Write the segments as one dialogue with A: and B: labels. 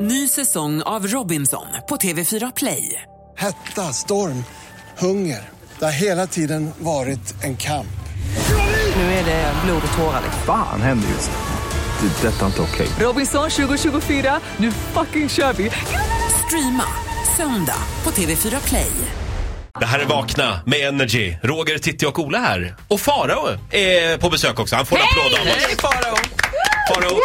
A: Ny säsong av Robinson på TV4 Play.
B: Hetta, storm, hunger. Det har hela tiden varit en kamp.
A: Nu är det blod och tårar.
C: Fan händer just nu. Det. är Detta är inte okej.
A: Robinson 2024, nu fucking kör vi! Streama söndag på TV4 Play.
D: Det här är Vakna med Energy. Roger, Titti och Ola här. Och Farao är på besök också. Han får en applåd av oss.
E: Hej Farao!
D: Farao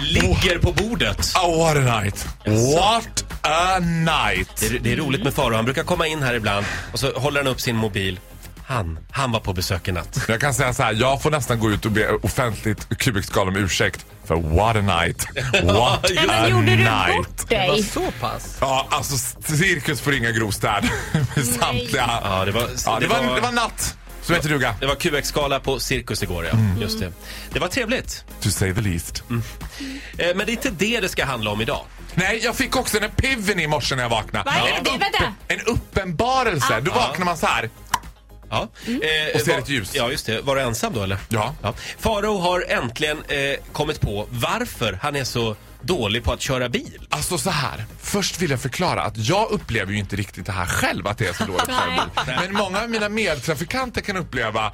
D: ligger på bordet.
F: Oh, what a night! What a night!
D: Det är, det är roligt med Farao. Han brukar komma in här ibland och så håller han upp sin mobil. Han, han var på besök i natt.
F: Jag kan säga så här, jag får nästan gå ut och be offentligt Kubikskala om ursäkt för what a night. What
D: Nej,
F: a
G: Men gjorde du
F: night.
G: bort dig?
E: Så pass?
F: Ja, alltså cirkus får inga grovstäd. Med samtliga.
D: Ja, det var...
F: Ja, det, var, det var natt. Så heter duga.
D: det var QX-skala på Cirkus igår, ja.
F: Mm.
D: Just det. Det var trevligt.
F: To say the least.
G: Mm.
D: Eh, Men det är inte det det ska handla om idag.
F: Nej, jag fick också en piven i morse när jag vaknade.
G: Vad är det? Vänta.
F: En uppenbarelse. Då vaknar man så här.
D: Ja. Eh,
F: Mm. Och ser
D: var-
F: ett ljus.
D: Ja, just det. Var du ensam då eller?
F: Ja.
D: Faro har äntligen eh, kommit på varför han är så dålig på att köra bil.
F: Alltså så här. Först vill jag förklara att jag upplever ju inte riktigt det här själv att det är så dåligt självbild. Men många av mina medtrafikanter kan uppleva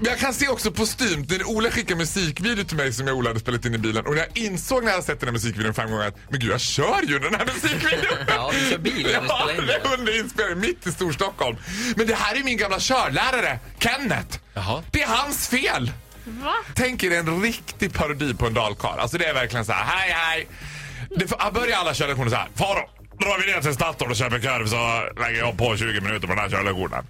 F: men jag kan se också postumt när Ola skickar musikvideo till mig som jag Ola hade spelat in i bilen och när jag insåg när jag hade sett den här musikvideon fem gånger att men gud jag kör ju den här musikvideon.
E: Ja, du kör bil när du
F: Ja,
E: spelar in
F: det
E: den.
F: är under inspelning mitt i Storstockholm. Men det här är min gamla körlärare, Kenneth.
D: Jaha.
F: Det är hans fel.
G: Va?
F: Tänk er en riktig parodi på en dalkarl. Alltså det är verkligen så här, hej hej. Det f- här börjar alla körlektioner så här. Faro, drar vi ner till Statoil och köper korv så lägger jag på 20 minuter på den här körlektionen.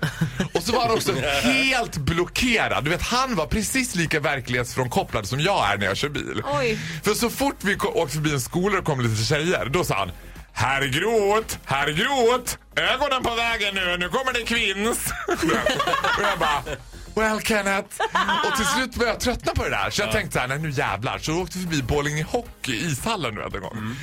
F: och så var han också helt blockerad. Du vet, han var precis lika verklighetsfrånkopplad som jag är när jag kör bil.
G: Oj.
F: För så fort vi ko- åkte förbi en skola och kom lite tjejer, då sa han Herr Groth, herr Groth, ögonen på vägen nu, nu kommer det kvinns. och jag bara, well Kenneth. Och till slut började jag tröttna på det där. Så jag tänkte så här, nej nu jävlar. Så då åkte vi förbi Borlänge Hockey, ishallen nu en gång.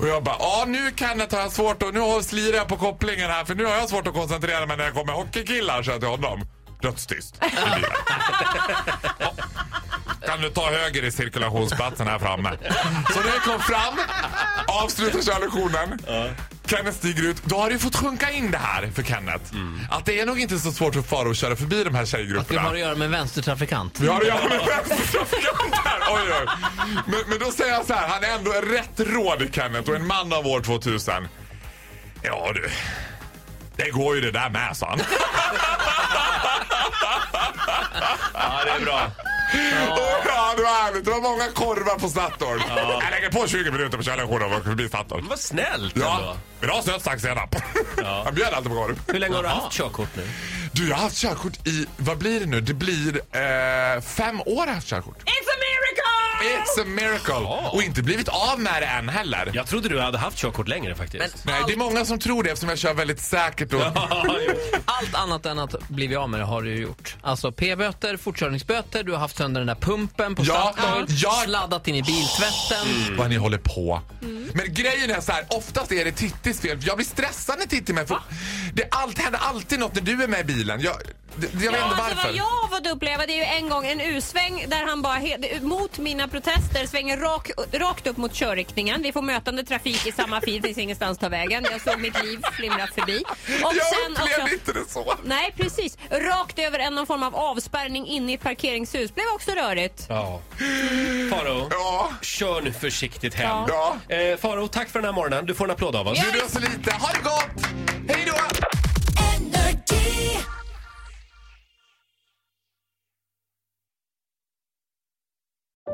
F: Och jag bara, ja nu Kenneth har jag svårt att, nu har- slirar jag på kopplingen här för nu har jag svårt att koncentrera mig när jag kommer hockeykillar, så jag till honom. Dödstyst. i bilen. Kan du ta höger i cirkulationsplatsen här framme? Så när jag kom fram, avslutar körlektionen. Kenneth stiger ut. Då har du fått sjunka in det här för Kenneth. Att det är nog inte så svårt för Faro att köra förbi de här
E: Mm. Att det
F: tjejgrupperna.
E: har att göra med en vänstertrafikant.
F: Vi har att göra med vänstertrafikanter! Oj, oj. Men, men då säger jag så här, han är ändå rätt rådig Kenneth och en man av år 2000. Ja du, det går ju det där med sa han.
D: Ja, det är bra.
F: Åh, Ja, det var härligt. Det var många korvar på Statoil. Jag lägger på 20 minuter på körlektionen och åker förbi Statoil.
D: Vad snällt
F: Ja,
D: ändå.
F: vill du ha sött, sax, senap? Han bjöd alltid på korv.
D: Hur länge har du haft körkort nu?
F: Du, jag har haft körkort i, vad blir det nu? Det blir eh, fem år har jag haft körkort.
G: It's a miracle!
F: It's a miracle! Och inte blivit av med det än heller.
D: Jag trodde du hade haft körkort längre faktiskt.
F: Nej, det är många som tror det eftersom jag kör väldigt säkert och...
E: Allt annat än att bli av med det har du ju gjort. Alltså p-böter, fortkörningsböter, du har haft sönder den där pumpen på
F: Ja,
E: Statoil,
F: ja. Mm.
E: sladdat in i biltvätten.
F: Vad ni håller på.
G: Mm.
F: Men grejen är så här, oftast är det Tittis fel. Jag blir stressad när Titti är med. För det allt, händer alltid något när du är med i bilen. Jag, det, jag vet inte
G: Ja, alltså
F: varför.
G: vad jag har fått uppleva det är ju en gång en U-sväng där han bara he- mot mina protester svänger rak, rakt upp mot körriktningen. Vi får mötande trafik i samma fil, finns ingenstans att ta vägen. Jag såg mitt liv flimra förbi. Och
F: Jag
G: sen
F: upplevde
G: också,
F: inte det så.
G: nej precis, rakt över en någon form av avspärrning in i ett parkeringshus. Blev också rörigt.
D: Ja. Faro,
F: Ja.
D: kör nu försiktigt hem.
F: Ja.
D: Eh, Faro, tack för den här morgonen. Du får en applåd av oss.
F: Du löser lite. Ha det gott! Hej då!